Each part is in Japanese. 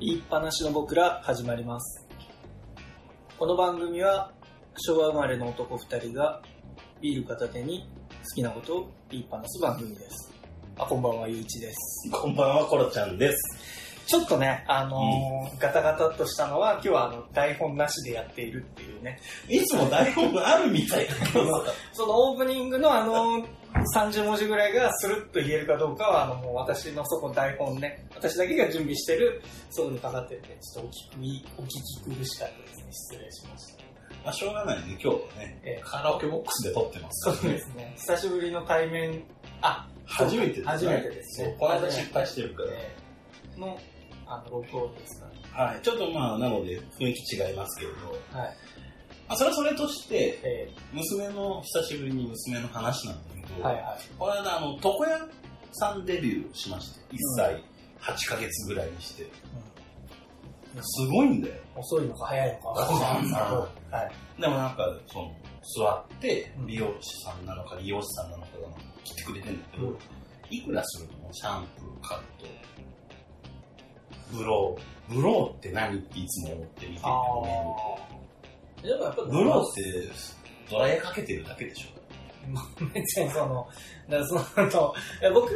言いっぱなしの僕ら始まりますこの番組は昭和生まれの男2人がビール片手に好きなことを言いっぱなす番組ですあこんばんはゆういちですこんばんは、コロちゃんです。ちょっとねあのーガタガタっとしたのは今日はあの台本なしでやっているっていうねいつも台本があるみたいだけどさ、そのオープニングのあ のー30文字ぐらいがスルッと言えるかどうかはあのもう私のそこ台本ね私だけが準備してるそこにかかってるんでちょっとお聞くお聞き苦しかったですね失礼しましたまあ、しょうがないね、今日はね、ええカラオケボックスで撮ってますそかうらでね。すね。 久しぶりの対面、あ、初めてです、ね。初めてですねそうこの間失敗してるか。えーの、あの、録音ですからはい。ちょっとまあ、なので雰囲気違いますけれど、ら。はい。まあ、それはそれとして、え娘の、久しぶりに娘の話なんだけーど、はいはい。この間、あの、床屋さんデビューしまして、1歳8ヶ月ぐらいにして、すごいんだよ。うん遅いのか早いのかわかんないはい。でもなんか、その、座ってう、ん美容師さんなのか、美容師さんなのかが来てくれてんだけど、うんいくらするのシャンプー、カット、ブロー。ブローって何っていつも思って見てるけあー。ど、でもやっぱ、ブローってドライヤーかけてるだけでしょめっちゃその、 だからそのあと、いや僕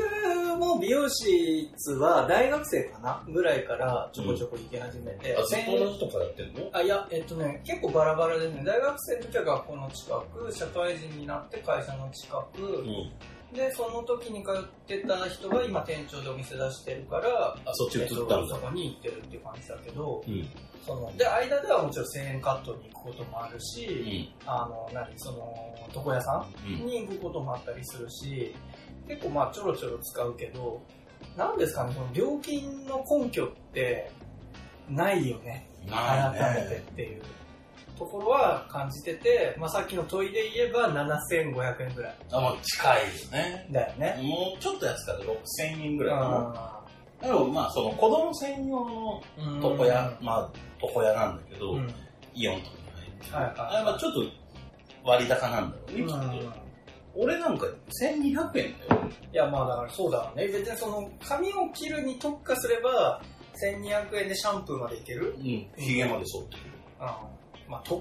も美容室は大学生かなぐらいからちょこちょこ行き始めて、先人からやってんのあいや、えっとね、結構バラバラですね。大学生の時は学校の近く、社会人になって会社の近く、うん。でその時に通ってた人が今店長でお店出してるからあ、そっち移えっっとたんそだ。こに行ってるっていう感じだけどうん。そので間ではもちろん1000円カットに行くこともあるうし、ん。あの何その床屋さんに行くこともあったりするし結構まあちょろちょろ使うけどなんですかねその料金の根拠ってないよねうん。改まあめてっね。ていうところは感じてて、まあ、さっきの問いで言えば7500円ぐらいあ、もう近いよね。だよね。もうちょっと安かった、6000円ぐうらいかな。でもまあ、その子供専用のん床屋、まあ、床屋なんだけど、うんイオンとかに入ってる、はいはいあれはちょっと割高なんだろうね、きっと。俺なんか1200円だよ。いやまあだからそうだろうね別にその髪を切るに特化すれば1200円でシャンプーまでいける、うん。ひげまで剃ってくる。まあ床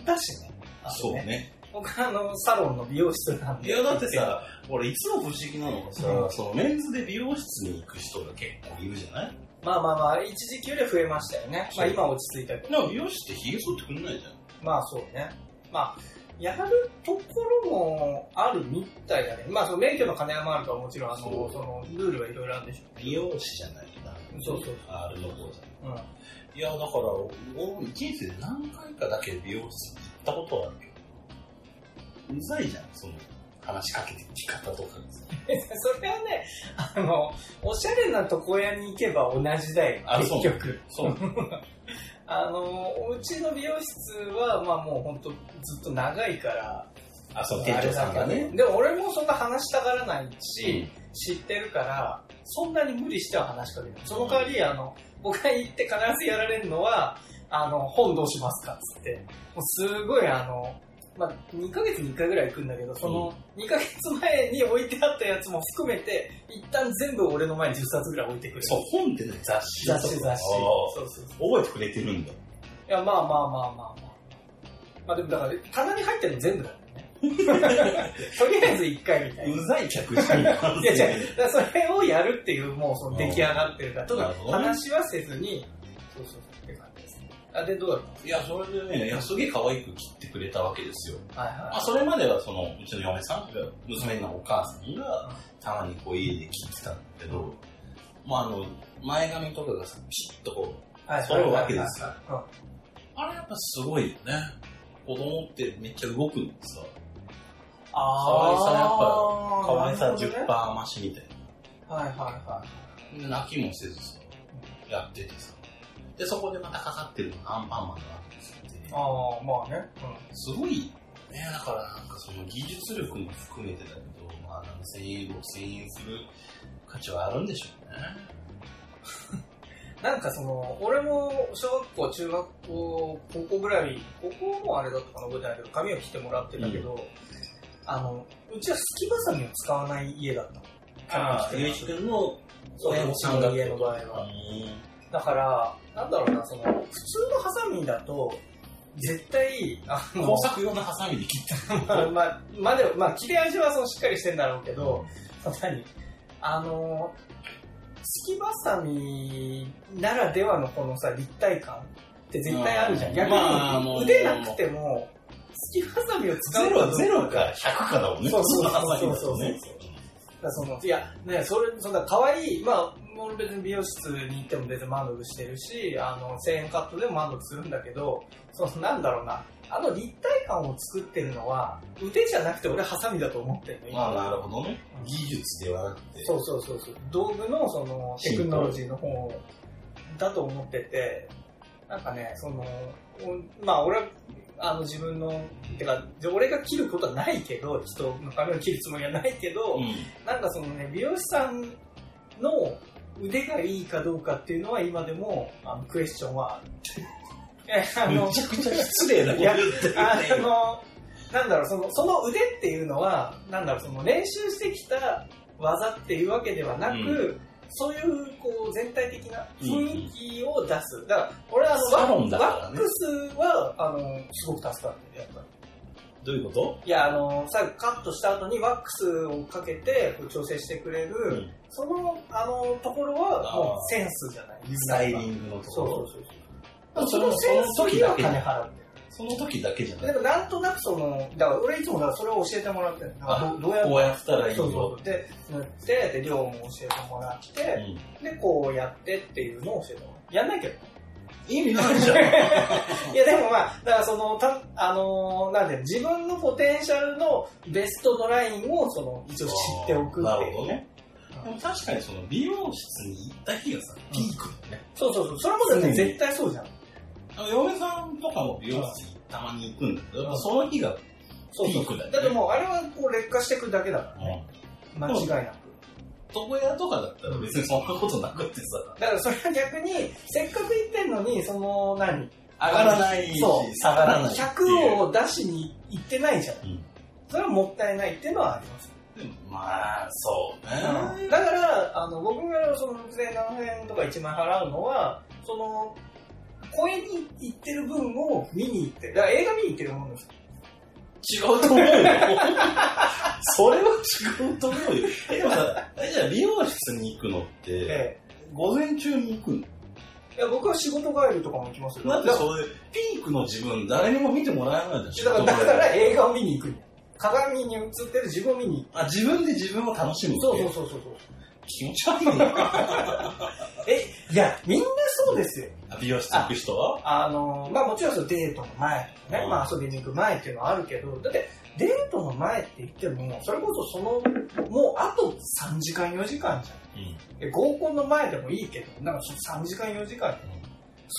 屋だしねそうね。僕あのサロンの美容室なんいでや、だってさ、俺いつも不思議なのがさ、うんそのメンズで美容室に行く人が結構いるじゃないまあまあまあ一時期より増えましたよねまあそう今落ち着いたけでども美容室ってひげ剃ってくんないじゃん。まあそうねまあやるところもあるみたいだねまあその免許の金はもあるとはもちろんあのそうそのルールはいろいろあるんでしょうけど美容師じゃないかな。そうそうそうあれの方じゃん。うんいや、だから、俺、人生で何回かだけ美容室行ったことはあるけど、うざいじゃん、その、話しかけてき方とかがさ。それはね、あの、おしゃれな床屋に行けば同じだよ、あそう結局。そう。あの、うちの美容室は、まあもうほんとずっと長いから、 あ、そう、店あれ長ださんがけねど。。でも俺もそんな話したがらないし、知しってるから、そんなに無理しては話しかけない。その代わり、あの、僕が行って必ずやられるのは、あの、本どうしますかっつって、もうすごいあの、まあ、2ヶ月に1回ぐらい行くんだけど、その2ヶ月前に置いてあったやつも含めて、一旦全部俺の前に10冊ぐらい置いてくる。そう、本ってね、雑誌だ雑と誌か雑誌。あそうそうそう。ー覚えてくれてるんだ。いや、まあまあまあまあまあ。まあでもだから、棚に入ってるの全部だよ ね。とりあえず1回みたいな。うざい客じゃん。いいや違う、だからそれをやるっていう、もうその出来上がってるから、たなだるほどね話はせずに、そうそうそうって感じですね。あ、で、どうだっいや、それでね、いや、すげえ可愛く切ってくれたわけですよ。たはいはい。まあ、それまでは、その、うちの嫁さん、娘のお母さんが、たまにこう、家で切ってたんだけど、まあ、あの、前髪とかがさ、ピシッとこう、はいそれわけですようん。あれやっぱすごいよね。子供ってめっちゃ動くんでさ、あー可愛さやっ可愛さなる10%ほ増しみたいどねはいはいはな。で泣きもせずさ、やっててさ。で、そこでまたかかってるのがアンパンマンなわけですよい。ああ、まあね。うすごい、ね、だからなんかその技術力も含めてだけど、まあ、7000円、6000円する価値はあるんでしょうね。ん。なんかその、俺も小学校、中学校、高校ぐらい、高校もあれだったかな、覚えてないけど、髪を切ってもらってたけど、あの、うちはすきばさみを使わない家だったの。ああ、ゆういちくんの親御さんが。うちの家の場合は。だから、なんだろうな、その、普通のハサミだと、絶対、あの、工作用のハサミで切ったまあ、まあ、まあ、でも、まあ、切れ味はそのしっかりしてんだろうけど、何あの、月バサミならではのこのさ、立体感って絶対あるじゃん。うん逆まあもうに、腕なくても、月バサミを使うゼとロはゼロか100かだもんね。そうそうそ普通のうハそサうミだとねだからそのいや、ね、それ、そんな可愛い、まあ、俺別に美容室に行っても別に満足してるし、あの、1000円カットでも満足するんだけど、その、なんだろうな、あの立体感を作ってるのは、腕じゃなくて俺ハサミだと思ってるの、今まあなるほどね。技術ではなくて。そうそうそうそう。道具のそのテ進ク歩ノロジーの方だと思ってて、なんかね、その、おまあ俺は、あの自分の、てか、俺が切ることはないけど、人の髪を切るつもりはないけど、うん。なんかそのね、美容師さんの腕がいいかどうかっていうのは今でもあのクエスチョンはある。えあの めちゃくちゃ失礼なこと言ってるねあの、なんだろう、その、その腕っていうのは、なんだろう、その練習してきた技っていうわけではなく、うそういう、こう、全体的なうん雰囲気を出す。だから、俺はあの、サロンだからねワックスは、あの、すごく助かってる、やっぱり。どういうこといや、あの、最後カットした後にワックスをかけて、こう調整してくれる、うんその、あの、ところは、もあうーセンスじゃない。スタイリングのとそこうそうろ。そうそう。でもそそれのもセンスそのに時はだ金けじ払うゃんんだよ。その時だけじゃなでい。もなんとなくその、だから俺いつもだからそれを教えてもらってるだからどどうやっこうやったらいいそうそよう。。で、塗って、で、量も教えてもらって、うんで、こうやってっていうのを教えてもらう。やんないけど。意味ない じゃん。いや、でもまあ、だからその、たあのーなんていうの自分のポテンシャルのベストのラインを、その、一応知っておくなっているう。ほどね。でも確かにその美容室に行った日がさ、ピークだよね。そうそうそう。それもだって絶対そうじゃん。あの嫁さんとかも美容室にたまに行くんだけど、やっぱその日が、そうそうピークだよねだってもう、あれはこう劣化していくだけだからね。床間違いなく。屋とかだったら別にそんなことなくってさ、だからそれは逆に、せっかく行ってんのに、その、何上がらないしそう、下がらないっていう。 100を出しに行ってないじゃん。うんそれはもったいないっていうのはあります。でもまあ、そうね。だから、あの、僕がその6700円とか1万円払うのは、その、公園に行ってる分を見に行ってる。だから映画見に行ってるもんですよ。違うと思うよ。それは違うと思うよ。でもさ、えじゃあ美容室に行くのって、え午前中に行くのえいや、僕は仕事帰りとかも行きますよ。だってだかそれ、ピークの自分誰にも見てもらえないじゃらん。だから映画を見に行くんや鏡に映ってる自分を見にあ、自分で自分を楽しむ行く。ってそういそううそうそうそう。気持ち悪いな。え、いや、みんなそうですよ。あ美容室行く人はあのまあもちろんそのデートの前とかね、うんまあ遊びに行く前っていうのはあるけど、だってデートの前って言っても、それこそその、もうあと3時間4時間じゃうん。ん。で合コンの前でもいいけど、なんかその3時間4時間、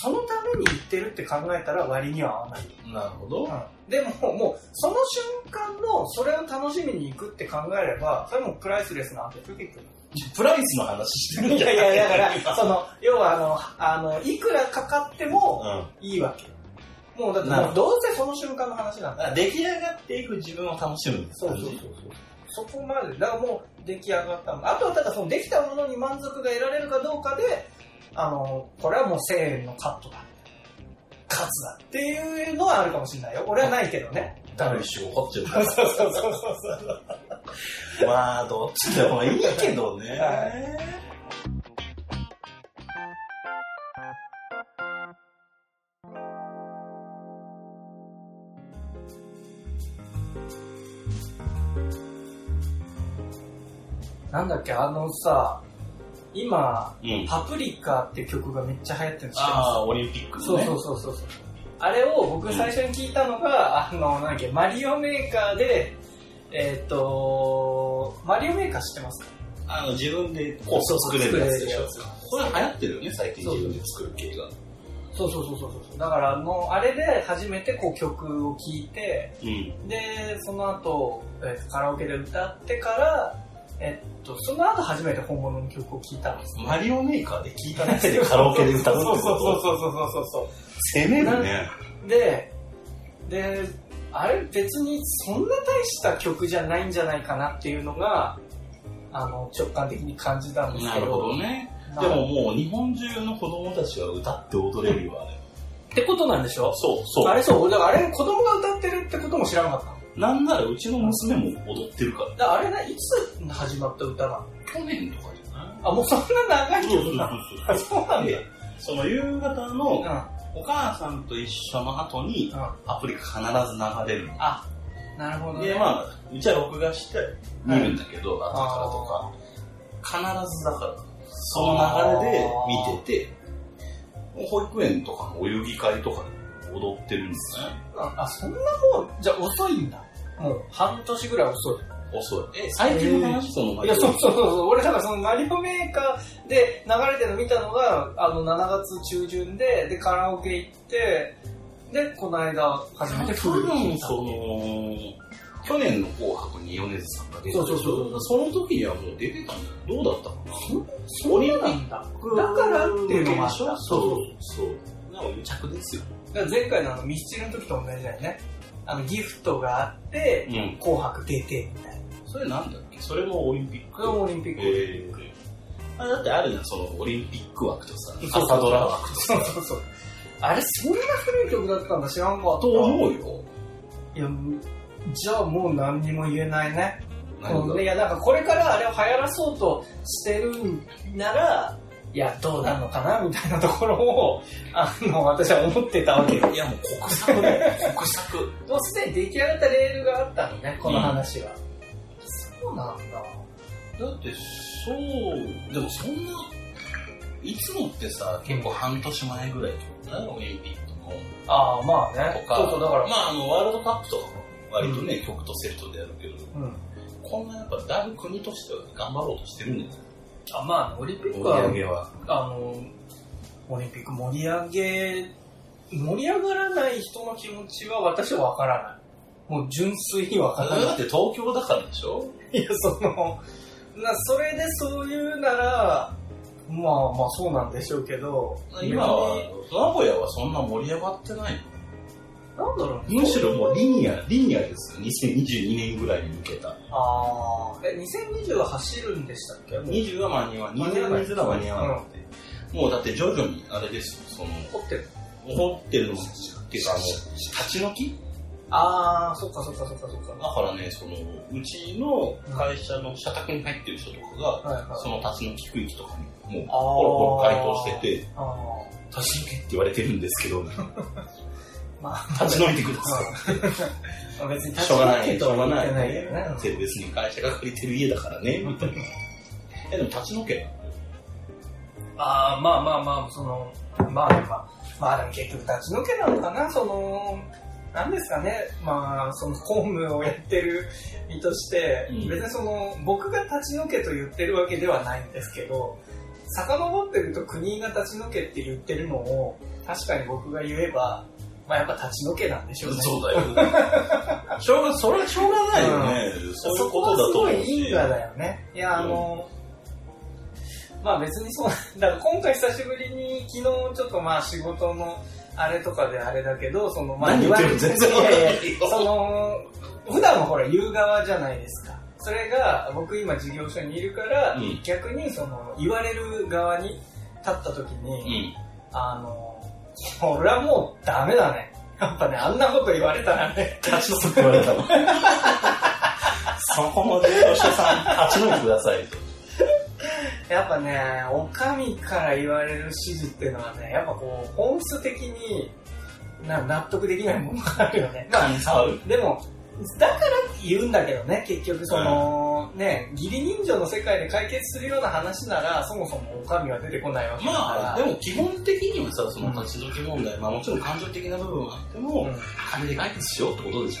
そのために行ってるって考えたら割には合わない。なるほど。うん、でももうその瞬間のそれを楽しみに行くって考えれば、それもプライスレスなわけですよ、結局。プライスの話してるんいじゃやないいや、だから、 その、要はあの、あの、いくらかかっても、うんいいわけ。もうだってなるもうほどうせその瞬間の話なんだ。あ出来上がっていく自分を楽しむってそう感そうじそうそう。そこまで、だからもう出来上がったの。あとはただそのできたものに満足が得られるかどうかで、あの、これはもう1000円のカットだ。カツだ。っていうのはあるかもしれないよ。俺はないけどね。ダルビッシュ怒っちゃうかそう そうそうそうそう。ら。まあ、どっちでもいいけどね。はなんだっけ、あのさ、今、うん。パプリカって曲がめっちゃ流行ってるの知ってますああ、オリンピックそのうね。そうそうそうそう。あれを僕最初に聞いたのが、あの、なんだっけ、マリオメーカーで、えーっ、と、マリオメーカー知ってますかあの、自分でコースを作れるやつでしょ。これ流行ってるよね、最近そう自分で作る系が。そうそうそうそうそう。だから、もう、あれで初めてこう曲を聴いて、うん。で、その後、えーカラオケで歌ってから、えっと、その後初めて本物の曲を聴いたんです。マリオメーカーで聴いただけでカラオケで歌うってそうそうそうことそうそうそうそう。攻めるね。で、で、あれ別にそんな大した曲じゃないんじゃないかなっていうのが、あの、直感的に感じたんですなけるど、ほどね。なでももう日本中の子供たちが歌って踊れるよ、あれ。ってことなんでしょそうそあれそう、俺だからあれ子供が歌ってるってことも知らなかったのう。なんならうちの娘も踊ってるから。だからあれないつ始まった歌なの去年とかじゃないあ、もうそんな長い曲なのあ、そうなんだ。で、その夕方うん。のうお母さんと一緒の後にん。アプリが必ず流れるの。あ、なるほどね。で、まあ、うちは録画して見るんだけど、後からとか、必ずだから、その流れで見てて、保育園とかのお遊戯会とかで踊ってるんですね。あ、あそんなもん、じゃあ遅いんだ。もう半年ぐらい遅い。遅い。え、最近の話そのいや、そうそうそうそう。俺だからそのマリオメーカーで流れてるの見たのが、あの、7月中旬で、で、カラオケ行って、で、この間、初めて多ルー分にその、去年の紅白に米津さんが出てそうそうそうその時にはもう出てたんだよ。どうだったかなそうなんだ。だからっていうのもあった。そうそうそう。なお、癒着ですよ。だから前回のあのミスチルの時と同じだよね。あの、ギフトがあって、うん。紅白出てみたいな。それなんだっけそれもオリンピッこれもオリンピック。えーあだってあるじゃん、そのオリンピック枠とさ、そう朝ドラ枠とそうさ。そうそう。あれ、そんな古い曲だったんだ、知らんか。と思うよ。いや、じゃあもう何にも言えないね。何うんいがや、なんかこれからあれを流行らそうとしてるなら、いや、どうなのかな、みたいなところを、 あの、私は思って たわけよ。いや、もう国策だ よ、国策。もうすでに出来上がったレールがあったのね、この話は。そうなんだ。だって、そう、でもそんな、いつもってさ、結構半年前ぐらいってことだよ、オリンピックの。ああ、まあね。とか、そうそう、だから、まあ、あのワールドカップとかも割とね、曲とセットでやるけど、うん。こんなやっぱだいぶ国としては頑張ろうとしてるんですよ、あまあ、オリンピック盛りは上、げは。あの、オリンピック盛り上げ、盛り上がらない人の気持ちは私はわからない。もう純粋にわからないだって東京だからでしょいや、その、な、それでそういうなら、まあまあそうなんでしょうけど、今は、名古屋はそんな盛り上がってないのなんだろうね。むしろもうリニア、リニアですよ、2022年ぐらいに向けた。ああ、え、2020は走るんでしたっけもう20は間に合わない。20は間に合わなくて。もうだって徐々に、あれですよ、その、残ってる。怒ってるのも、っていうかあの、立ち退きああ、そっかそっかそっかそっだからね、その、うちの会社の社宅に入ってる人とかが、か。はいはい。その立ち退き区域とかに、もう、あーポロポロ回答してて、ああ立ち退けって言われてるんですけど、 まあ、立ち退いてください。まあ別にしょうがな立ち退けい、しとょうはが言っなてい。ないけどね。別に会社が借りてる家だからね、み たいな。え、でも立ち退け。ああ、まあまあまあ、その、まあまあ、まあでも結局立ち退けなのかな、その、なんですかね、まあ、その公務をやってる身として、うん別にその、僕が立ち退けと言ってるわけではないんですけど、遡ってると国が立ち退けって言ってるのを、確かに僕が言えば、まあやっぱ立ち退けなんでしょうね。そうだよ。しょうが、それはしょうがないよね。そういうことだとそこはす思ごうい因し。果だよね。いや、あの、まあ別にそう、だから今回久しぶりに、昨日ちょっとまあ仕事のあれとかであれだけど、そのまあ何言ってる言わの全然わかんないよやややその、普段はほら言う側じゃないですか。それが僕今事業所にいるから、うん逆にその言われる側に立った時に、うん。あの、これはもうダメだね。やっぱね、あんなこと言われたらね、立ち退くって言われたもん。そこまで、吉田さん、立ち退いてください。やっぱね、お上から言われる指示っていうのはね、やっぱこう、本質的にな納得できないものがあるよね。まあ、感触る。でも、だから言うんだけどね、結局その、ね、義理人情の世界で解決するような話なら、そもそもお上は出てこないわけだから。まあ、でも基本的にはさ、その立ち退き問題、まあもちろん感情的な部分はあっても、うん金で解決しようってことでしょ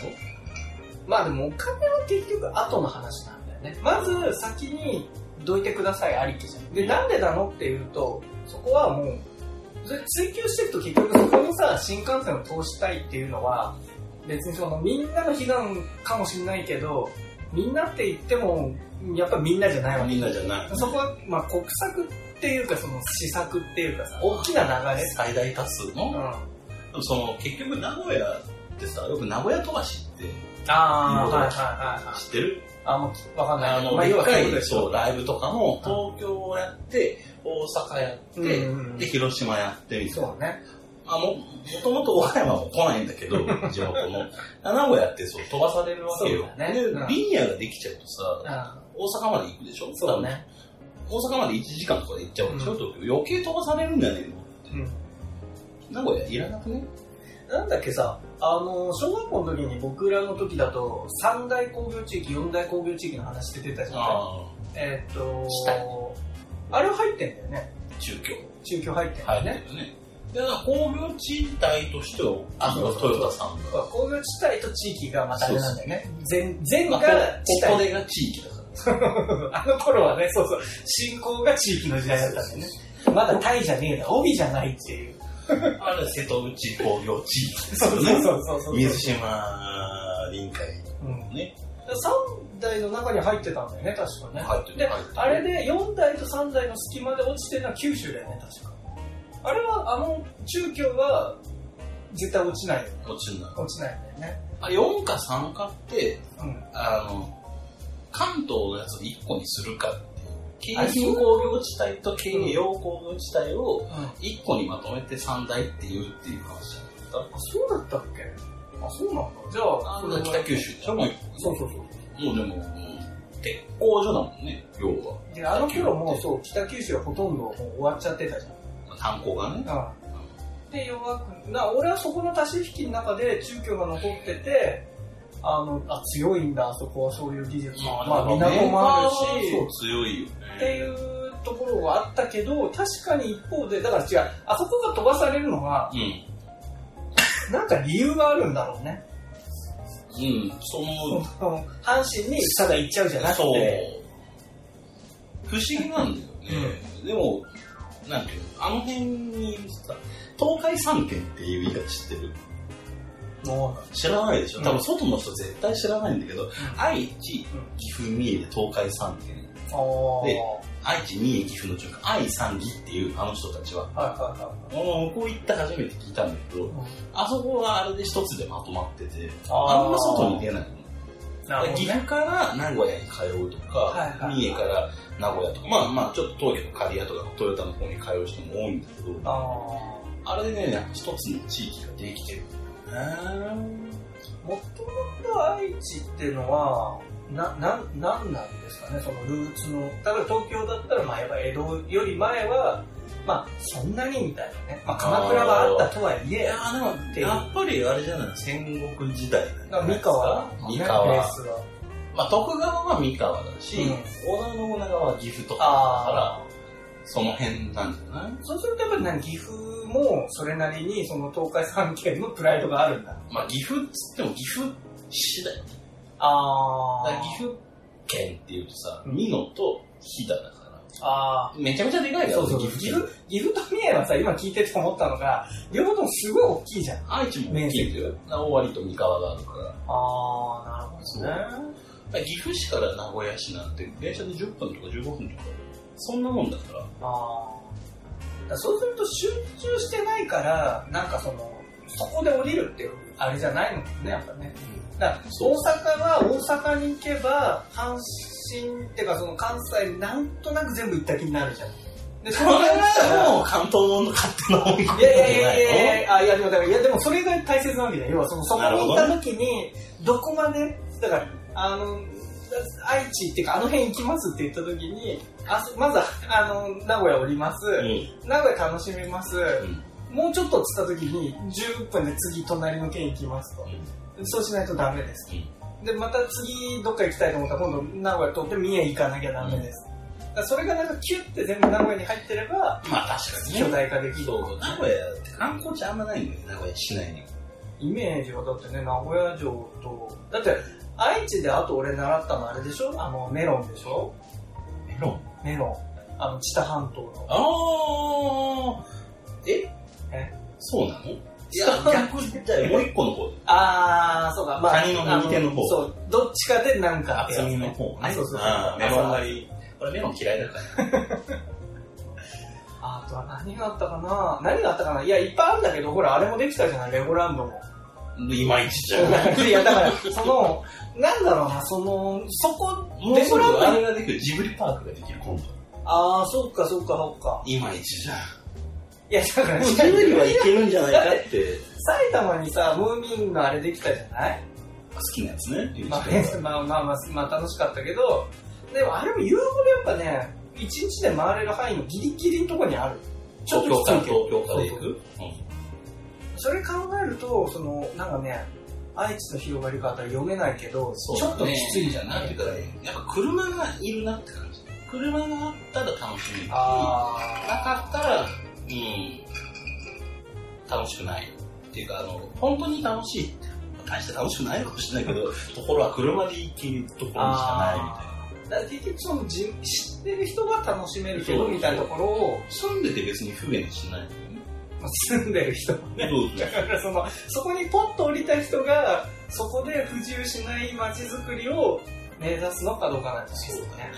まあでもお金は結局後の話なんだよね。まず先にどいてくださいありきじゃん。で、なんでなのっていうと、そこはもう、それ追求していくと結局そこにさ、新幹線を通したいっていうのは、別にそのみんなの悲願かもしれないけど、みんなって言っても、やっぱみんなじゃないわけ。みんなじゃない。そこは、まあ国策っていうかその施策っていうかさ、大きな流れ。最大多数うん。の、あその結局名古屋ってさ、よく名古屋飛ばしってあーはいはいはいはい。知ってるあんまきわかんないあけどの、まあ、一要はそういうこと回、でしょそう、ライブとかも、東京をやって、大阪やって、うんうんうんで、広島やってみたいな。そうね。あも、もともと岡山も来ないんだけ ど、地元の。名古屋ってそう、飛ばされるわけよそ。うだねでうん、リニアができちゃうとさ、あ大阪まで行くでしょそうだ。ね。多分大阪まで1時間とかで行っちゃうでしょ、東京余計飛ばされるんじゃねえうのん。名古屋いらなくねなんだっけさ、あの、小学校の時に僕らの時だと、三大工業地域、四大工業地域の話出てたじゃん。あえーっしたと、あれは入ってんだよね。あ、中京。中京入ってんだはよい。ね。ね。で、だから工業地帯としては、あそうそうトヨタさんが。工業地帯と地域がまたあれなんだよね。全、全まがあ地ここ帯。でが地域だか ら。あの頃はね、そうそう、信仰が地域の時代だったんだよね。まだタイじゃねえだ、帯じゃないっていう。あれ、瀬戸内工業地域ですそうよそねう。そうそうそう。水島臨海うんね、 3台の中に入ってたんだよね、確かね。入ってるで入って、るあれで4台と3台の隙間で落ちてるのは九州だよね、確か。あれは、あの、中京は絶対落ちないよ。落ちるな。落ちないんだよね。あ4か3かって、うん。あの、関東のやつを1個にするかっていう。あそ京う浜工業地帯と京葉工業地帯をあ、 1個にまとめて3大っていうっていう話じゃなかっそうだったっけあ、そうなんだ。じゃた。あ、あの北九州でしょもう一個そうそうそう。もうでも、もう鉄工所だもんね、要は。で、あの頃もうそう、北九州はほとんどもう終わっちゃってたじゃん。炭鉱がね。うん、で弱くな俺はそこの足し引きの中で中京が残っててあのあ強いんだあそこはそういう技術も、まあ、港もあるしそう強いよね。っていうところはあったけど確かに一方でだから違うあそこが飛ばされるのはうん。なんか理由があるんだろうねうん、その、その阪神にただ行っちゃうじゃなくて不思議なんだよね、でもなんていうのあの辺にさ東海三県っていう言い方知ってるも知らないでしょ、うん多分外の人絶対知らないんだけど、愛知うん岐阜三重で東海三県うあーで愛知三重岐阜の中間愛三岐っていうあの人たちははいはいはいあの向こう行って初めて聞いたんだけどあそこはあれで一つでまとまっててああんま外に出ないのなるほど岐ね阜から名古屋に通うとか、はいはい三重から名古屋とか、まあまあちょっと東京の刈谷とかトヨタの方に通う人も多いんだけど、ああれでね、一つの地域ができてる。もともと愛知っていうのは、な、な、なんなんですかね、そのルーツの。例えば東京だったら前は江戸より前は、まあ、そんなにみたいなね。まあ、鎌倉があったとはいいえや、ーでも、やっぱりあれじゃない戦国時代だから三河、三ベー河。スは。まあ徳川は三河だし、うん織田信長は岐阜とかだあから、その辺なんじゃないそうするとやっぱり何岐阜もそれなりにその東海三県のプライドがあるんだ。まあ岐阜っつっても岐阜市だよ。あだから岐阜県っていうとさ、うん美濃と飛騨だから、あめちゃめちゃでかいから、そうそう。岐岐阜阜、岐阜と三重はさ、今聞いてて思ったのが、両方ともすごい大きいじゃん。愛知も大きいんだよ。大割と三河があるから。だかああ、なるほどねら岐阜市から名古屋市なんて、電車で10分とか15分とか、そんなもんだ から。ああそうすると集中してないからなんかそのそこで降りるっていうあれじゃないのもねやっぱねだからそう大阪は大阪に行けば阪神っていうかその関西になんとなく全部行った気になるじゃんでそそれれが行ったらはもう関東の勝手なもんいやいやいやいやいやあいやでもだからいやでもそれが大切なわけだよ要はそのそこに行った時にどこまでだからあの愛知っていうかあの辺行きますって言った時にあそまずあの名古屋降ります、うん名古屋楽しめます、んもうちょっとっつった時に10分で次隣の県行きますと、そうしないとダメです、でまた次どっか行きたいと思ったら今度名古屋通って三重行かなきゃダメです、だからそれがなんかキュッて全部名古屋に入ってればまあ確かに巨ね。大化できる、そう、名古屋って観光地あんまないんだよね、名古屋市内に。イメージはだってね名古屋城とだって愛知であと俺習ったのあれでしょあのメロンでしょメロン。メロンあの知多半島のあー。ええそうなのいや、逆じゃあもう一個の方ああそうかまあ谷の右手の方あそうどっちかでなんか厚みの方ね。あそうそうそうあーメロン狩り。俺メロン嫌いだから。あとは何があったかな何があったかないや、いっぱいあるんだけど、ほら、あれもできたじゃない、レゴランドも。いまいちじゃん。いや、だから、その、なんだろうな、その、そこ、もうそろあれができる、ジブリパークができる、今度。ああ、そっかそっかそっか。いまいちじゃん。いや、だから、もうジブリはいけるんじゃないかって。埼玉にさ、ムーミンのあれできたじゃない好きなやつね、まあ、 まあまあまあ、まあ、楽しかったけど、でもあれも遊語でやっぱね、一日で回れる範囲のギリギリのとこにある。ちょっときつい東けど。京から行くそれ考えると、その、なんかね、愛知の広がり方は読めないけど、そうちょっときついじゃななんていいうかね、やっぱ車がいるなって感じ。車があったら楽しみ。なあかったら、うん、楽しくない。っていうか、あの、本当に楽しいって。大して楽しくないのかもしれないけ ど、ところは車で行けるところしかないみたいな。ーだから結局そのじ知ってる人が楽しめるけそうどそうみたいなところを、住んでて別に不便しない。まあ住んでる人そうそうだからそのそこにポッと降りた人がそこで不自由しない街づくりを目指すのかどうかなんですよね。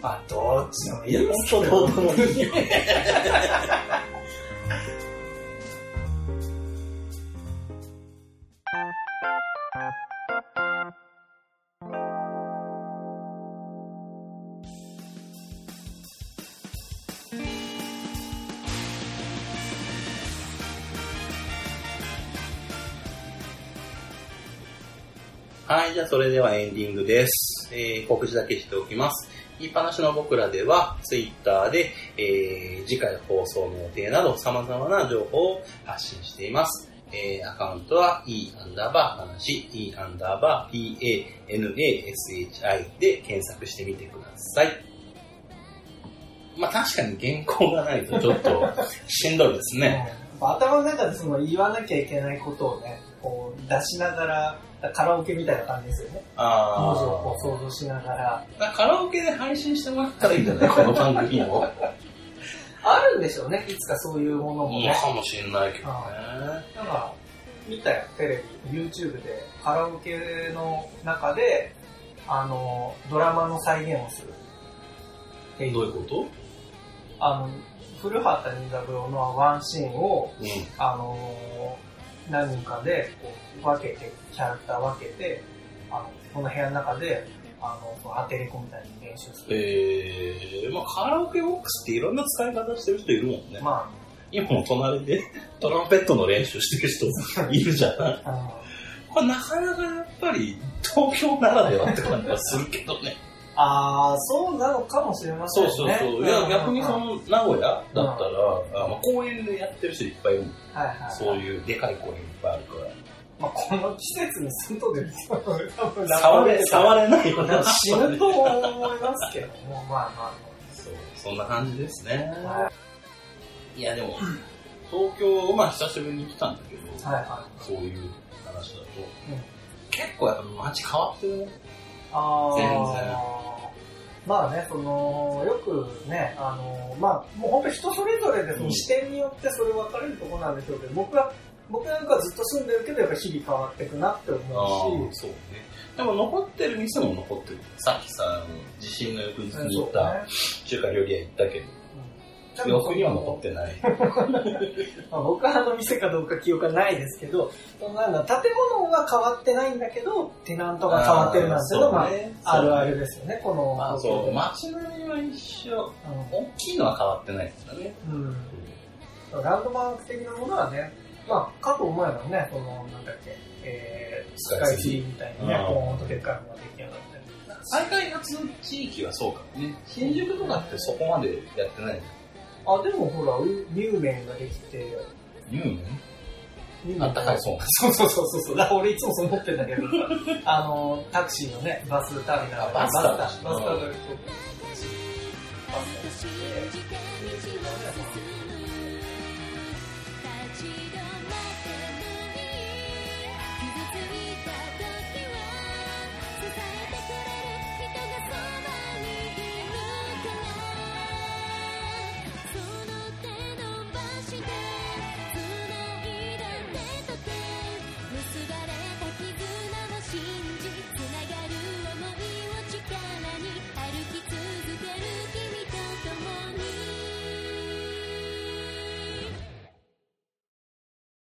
まあどっちでもいいですけど。本当どうでもいいはい、じゃあそれではエンディングです。えー告知だけしておきます。言いっぱなしの僕らでは、ツイッターで、えー次回放送の予定など様々な情報を発信しています。えーアカウントは e アンダーバー話、e アンダーバー panashi で検索してみてください。まあ確かに原稿がないとちょっとしんどいです ね。やっぱ頭の中でその言わなきゃいけないことをね、こう出しながら、カラオケみたいな感じですよね。文字をこう想像しながら。まあカラオケで配信してもらったらいいんじゃないこの番 組を。あるんでしょうね、いつかそういうものもね。かもしれないけどね。なんか、見たよ、テレビ、YouTube で、カラオケの中で、あの、ドラマの再現をする。っていうういうことあの、古畑任三郎のワンシーンを、うあの、何人かで、こう、分けて、キャラクター分けて、あの、この部屋の中で、あの、当てれこみたいに練習する。えー、まあカラオケボックスっていろんな使い方してる人いるもんね。ま今も隣で トランペットの練習してる人いるじゃなあ、い。あのこれなかなかやっぱり東京ならではって感じはするけどね。あー、そうなのかもしれません そうね。そうそう。いや、逆にそはの名古屋だったら、あまあ、公園でやってる人いっぱいいるもん。いはいはい。そういうでかい公園いっぱいあるから。まあ、この季節に外で見たら多分触れ、触れないよなんか死ぬと思いますけども、まあま そう、そんな感じですねあ。まあ。はいいや、でも、東京、まあ久しぶりに来たんだけど、はいはい。 そういう話だと、結構やっぱ街変わってるね。あー全然まあね、その、よくね、あの、まあ、もう本当人それぞれで、その視点によってそれ分かれるところなんでしょうけど、僕は、僕なんかはずっと住んでるけど、やっぱ日々変わっていくなって思うし、そうね。でも残ってる店も残ってる。さっきさ、あの地震の翌日に行そっうだたね。中華料理屋行ったけうんちゃんど、とそ翌のには残ってない。まあ、僕はあの店かどうか記憶はないですけど、そのなんだ建物は変わってないんだけど、テナントが変わってるなんていうのは、まあ、あるあるですよね、この。まあ東京そう、でも街並みは一緒。大きいのは変わってないですよね。うん。ランドマーク的なものはね、まあ、かと思えばね、この、なんだっけ、えー、ススカカイイツツリリーみたいにね、うんポーンとでっかいのが出来上がったり。再開発地域はそうかもね。新宿とかってそこまでやってない。あ、でもほら、ウミューメンができて、言うね。ミューメンあったかいそうな。そうそうそうそうそう。だから俺いつもそう思ってんだけど、あの、タクシーのね、バスターミナルあバスターバスターバスターというと、バスターで、 「道を進む